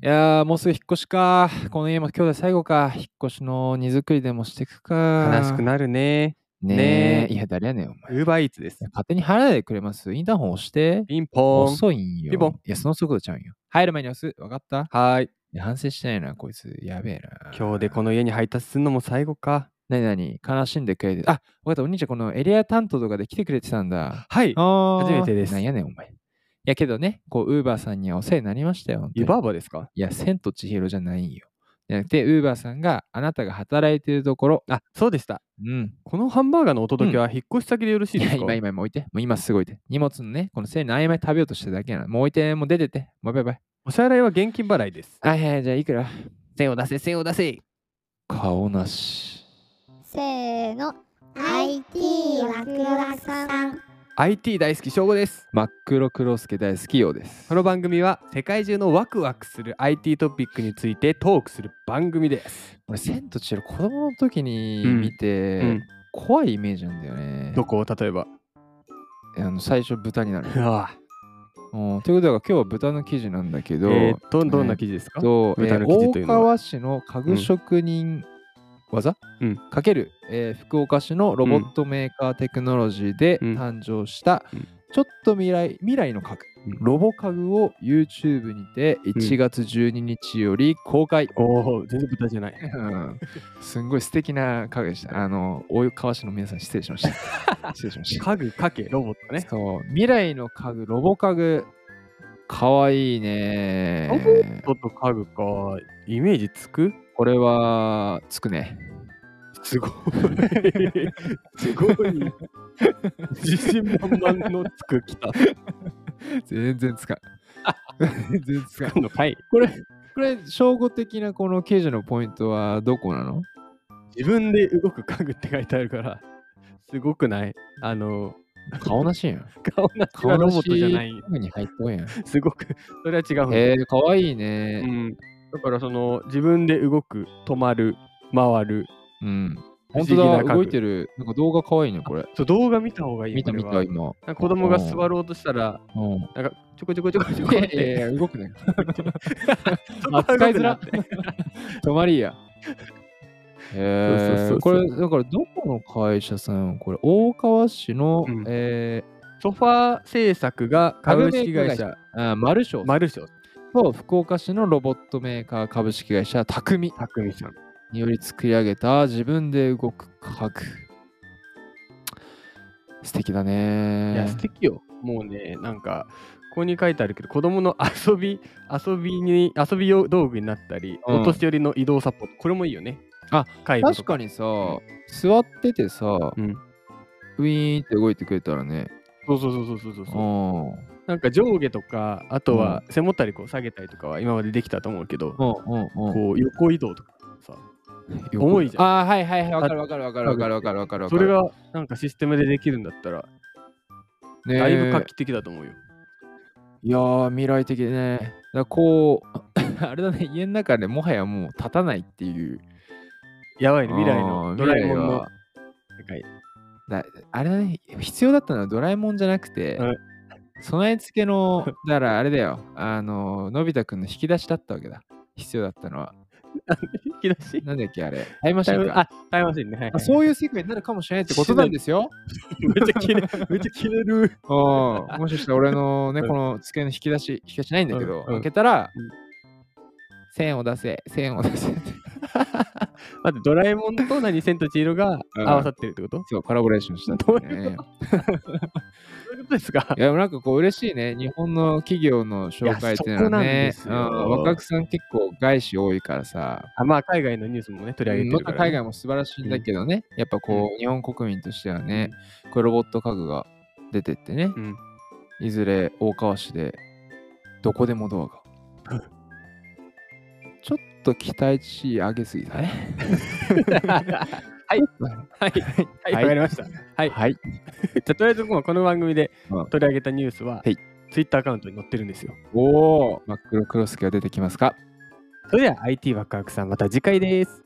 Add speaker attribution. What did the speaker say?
Speaker 1: いやー、もうすぐ引っ越しか。この家も今日で最後か。引っ越しの荷造りでもしていくか。
Speaker 2: 悲しくなるね。
Speaker 1: ね
Speaker 2: ね
Speaker 1: え。いや、誰やねん、お前。
Speaker 2: ウーバーイーツです。
Speaker 1: 勝手に払いでくれます。インターホン押して。
Speaker 2: ピンポーン。
Speaker 1: 遅いんよ。
Speaker 2: ピンポン
Speaker 1: いや、その速度ちゃうんよ。入る前に押す。わかった
Speaker 2: はーい。
Speaker 1: いや反省してないな、こいつ。やべえな。
Speaker 2: 今日でこ
Speaker 1: の。
Speaker 2: の家に配達するのも最後か。
Speaker 1: なになに悲しんでくれて。あ、わかった。お兄ちゃん、このエリア担当とかで来てくれてたんだ。
Speaker 2: はい。
Speaker 1: あー
Speaker 2: 初めてです
Speaker 1: なんやねん、お前。いやけどね、こう、ウーバーさんにはお世話になりましたよ。本当
Speaker 2: 湯
Speaker 1: に
Speaker 2: 婆婆ですか
Speaker 1: いや、千と千尋じゃないんよ。じゃなくて、ウーバーさんがあなたが働いてるところ、
Speaker 2: あ、そうでした。
Speaker 1: うん。
Speaker 2: このハンバーガーのお届けは引っ越し先でよろしい
Speaker 1: い
Speaker 2: です
Speaker 1: や、
Speaker 2: か、
Speaker 1: 今、今、今置いて。もう今すぐ置いて。荷物のね、このせいの曖昧食べようとしてるだけやなの。もう置いて、もう出てって。もうバイバイ。
Speaker 2: お支払いは現金払いです。
Speaker 1: はいはい、じゃあいくら
Speaker 2: 線を出せ、線を出せ。
Speaker 1: 顔なし。
Speaker 3: せーの IT ワクワクさん
Speaker 2: IT 大好き、翔吾です。
Speaker 1: 真っ黒クロスケ大好きようです
Speaker 2: こ。の番組は世界中のワクワクする IT トピックについてトークする番組です。
Speaker 1: 俺、千と千尋、子供の時に
Speaker 2: うん
Speaker 1: 見て、
Speaker 2: うん
Speaker 1: 怖いイメージなんだよね。
Speaker 2: どこを例えば。
Speaker 1: あの最初、豚になる。
Speaker 2: あ
Speaker 1: うんということだから、今日は豚の記事なんだけ
Speaker 2: え
Speaker 1: ど、
Speaker 2: ー、っと、どんな記事ですか、
Speaker 1: と、え
Speaker 2: 豚
Speaker 1: ー
Speaker 2: の生地とい
Speaker 1: 大
Speaker 2: うのは
Speaker 1: 川市の家具職人技、
Speaker 2: うん
Speaker 1: かける、えー福岡市のロボットメーカーテクノロジーで
Speaker 2: うん
Speaker 1: 誕生した、
Speaker 2: うん
Speaker 1: ちょっと未来未来の家具、
Speaker 2: うん
Speaker 1: ロボ家具を YouTube にて1月12日より公開、
Speaker 2: おお、全然豚じゃない。
Speaker 1: うんすんごい素敵な家具でしたあの大川市の皆さん失礼しました 失礼しました
Speaker 2: 家具、かけ、ロボットね。
Speaker 1: そう未来の家具ロボ家具かわいいね
Speaker 2: ロボットと家具か、イメージつく
Speaker 1: これはつくね
Speaker 2: すごい。すごい。自信満々のつくきた。
Speaker 1: 全然つか ん。全然つかん。
Speaker 2: 今の回
Speaker 1: これ、これ、称号的なこの刑事のポイントはどこなの
Speaker 2: 自分で動く家具って書いてあるから、すごくないあの、
Speaker 1: 顔なし やん。
Speaker 2: 顔なしはロボットじゃない。
Speaker 1: 顔なしに入っとんやん。
Speaker 2: すごく、それは違う。
Speaker 1: えー、かわいいうね。
Speaker 2: ん、だからその、自分で動く、止まる、回る。
Speaker 1: うん。
Speaker 2: 不思
Speaker 1: 本
Speaker 2: 議
Speaker 1: 当
Speaker 2: な
Speaker 1: だ、
Speaker 2: 家具
Speaker 1: 動いてる。なんか動画かわいいね、これ。
Speaker 2: そう動画見た方がいい。
Speaker 1: 見た
Speaker 2: これ
Speaker 1: 見
Speaker 2: は
Speaker 1: た、今。
Speaker 2: なんか子供が座ろうとしたら、
Speaker 1: うん。
Speaker 2: なんかちょこちょこちょこちょこ
Speaker 1: いやい
Speaker 2: っ
Speaker 1: や
Speaker 2: て。
Speaker 1: いや、動く ね。扱
Speaker 2: 扱
Speaker 1: い
Speaker 2: い
Speaker 1: づ
Speaker 2: づ
Speaker 1: ら
Speaker 2: ら。
Speaker 1: 止まりや。
Speaker 2: そうそう
Speaker 1: え
Speaker 2: そ
Speaker 1: ー、
Speaker 2: う
Speaker 1: これ、だからどこの会社さんこれ、大川市の、
Speaker 2: うん
Speaker 1: え
Speaker 2: ソファー製作が株式
Speaker 1: 家具メーカ
Speaker 2: 会社、
Speaker 1: ー、あマルショーさん
Speaker 2: マルショ
Speaker 1: と福岡市のロボットメーカー株式会社タクミ
Speaker 2: たくみさん。
Speaker 1: により作り上げた自分で動く家具素敵だ
Speaker 2: いや、素
Speaker 1: ね
Speaker 2: 敵よ。もうね、なんか、ここに書いてあるけど、子供の遊び、遊びに、遊び用道具になったり、
Speaker 1: うん
Speaker 2: お年寄りの移動サポート、これもいいよね。
Speaker 1: あ、
Speaker 2: 介護と
Speaker 1: 確かにさ、座っててさ、
Speaker 2: うん
Speaker 1: ウィーンって動いてくれたらね
Speaker 2: そうそうそうそうそう
Speaker 1: う
Speaker 2: そう。
Speaker 1: んうん
Speaker 2: なんか上下とか、あとは背もたれこう下げたりとかは今までできたと思うけど、
Speaker 1: うんうん
Speaker 2: こう横移動とかさ、重いじゃん
Speaker 1: あーはいはいはいわかるわかるわかるわかるわかるわかるわか
Speaker 2: そ
Speaker 1: る
Speaker 2: れがなんかシステムでできるんだったら、
Speaker 1: ね
Speaker 2: だいぶ画期的だと思うよ。
Speaker 1: いやー未来的でね。だからこう、 あれだね、家の中でもはやもう立たないっていう。
Speaker 2: やばいね、未来
Speaker 1: あー
Speaker 2: のドラえもん
Speaker 1: 未来
Speaker 2: の
Speaker 1: は
Speaker 2: 世界。
Speaker 1: だあれだね、必要だったのはドラえもんじゃなくて
Speaker 2: うん、
Speaker 1: 備え付け の、だからあれだよ、あの、のび太くんの引き出しだったわけだ。必要だったのは。
Speaker 2: 引き出し
Speaker 1: なんだっけあれ。タイムマシ
Speaker 2: タイ
Speaker 1: ン
Speaker 2: ム
Speaker 1: か。
Speaker 2: あ、タイムマシンね。はいはい
Speaker 1: あそういう世界になるかもしれないってことなんです よ。
Speaker 2: めっちゃ切れ、めっちゃ切れる。
Speaker 1: うんもしかしたら俺のね、
Speaker 2: うん
Speaker 1: この机の引き出し、引き出しないんだけど、
Speaker 2: うんうん
Speaker 1: 開けたら
Speaker 2: うん、
Speaker 1: 線を出せ、線を出せって。
Speaker 2: 待って、ドラえもんと何千と千尋が
Speaker 1: う
Speaker 2: 合
Speaker 1: ん
Speaker 2: わさってるってこと
Speaker 1: そう、コラボレーションした
Speaker 2: どう
Speaker 1: ね
Speaker 2: いうそういうことですか
Speaker 1: いや、なんかこう嬉しいね。日本の企業の紹介っていうのはね
Speaker 2: いや、そこなんですよ
Speaker 1: うん、若くさん結構外資多いからさ、
Speaker 2: あまあ、海外のニュースもね、取り上げて
Speaker 1: ま
Speaker 2: る
Speaker 1: た
Speaker 2: から、
Speaker 1: 海外も素晴らしいんだけどね、やっぱこう、日本国民としてはね、こうロボット家具が出てってね、
Speaker 2: うん
Speaker 1: いずれ大川市でどこでもドアが。ちょっと期待値上げすぎだね。
Speaker 2: はい、はい、はい、わ、かりました。はい。
Speaker 1: はい。
Speaker 2: じゃあ、とりあえず、もうこの番組で
Speaker 1: うん
Speaker 2: 取り上げたニュースは、
Speaker 1: はい
Speaker 2: ツイッターアカウントに載ってるんですよ。
Speaker 1: おお、真っ黒クロスケが出てきますか
Speaker 2: それでは、IT ワクワクさん、また次回です。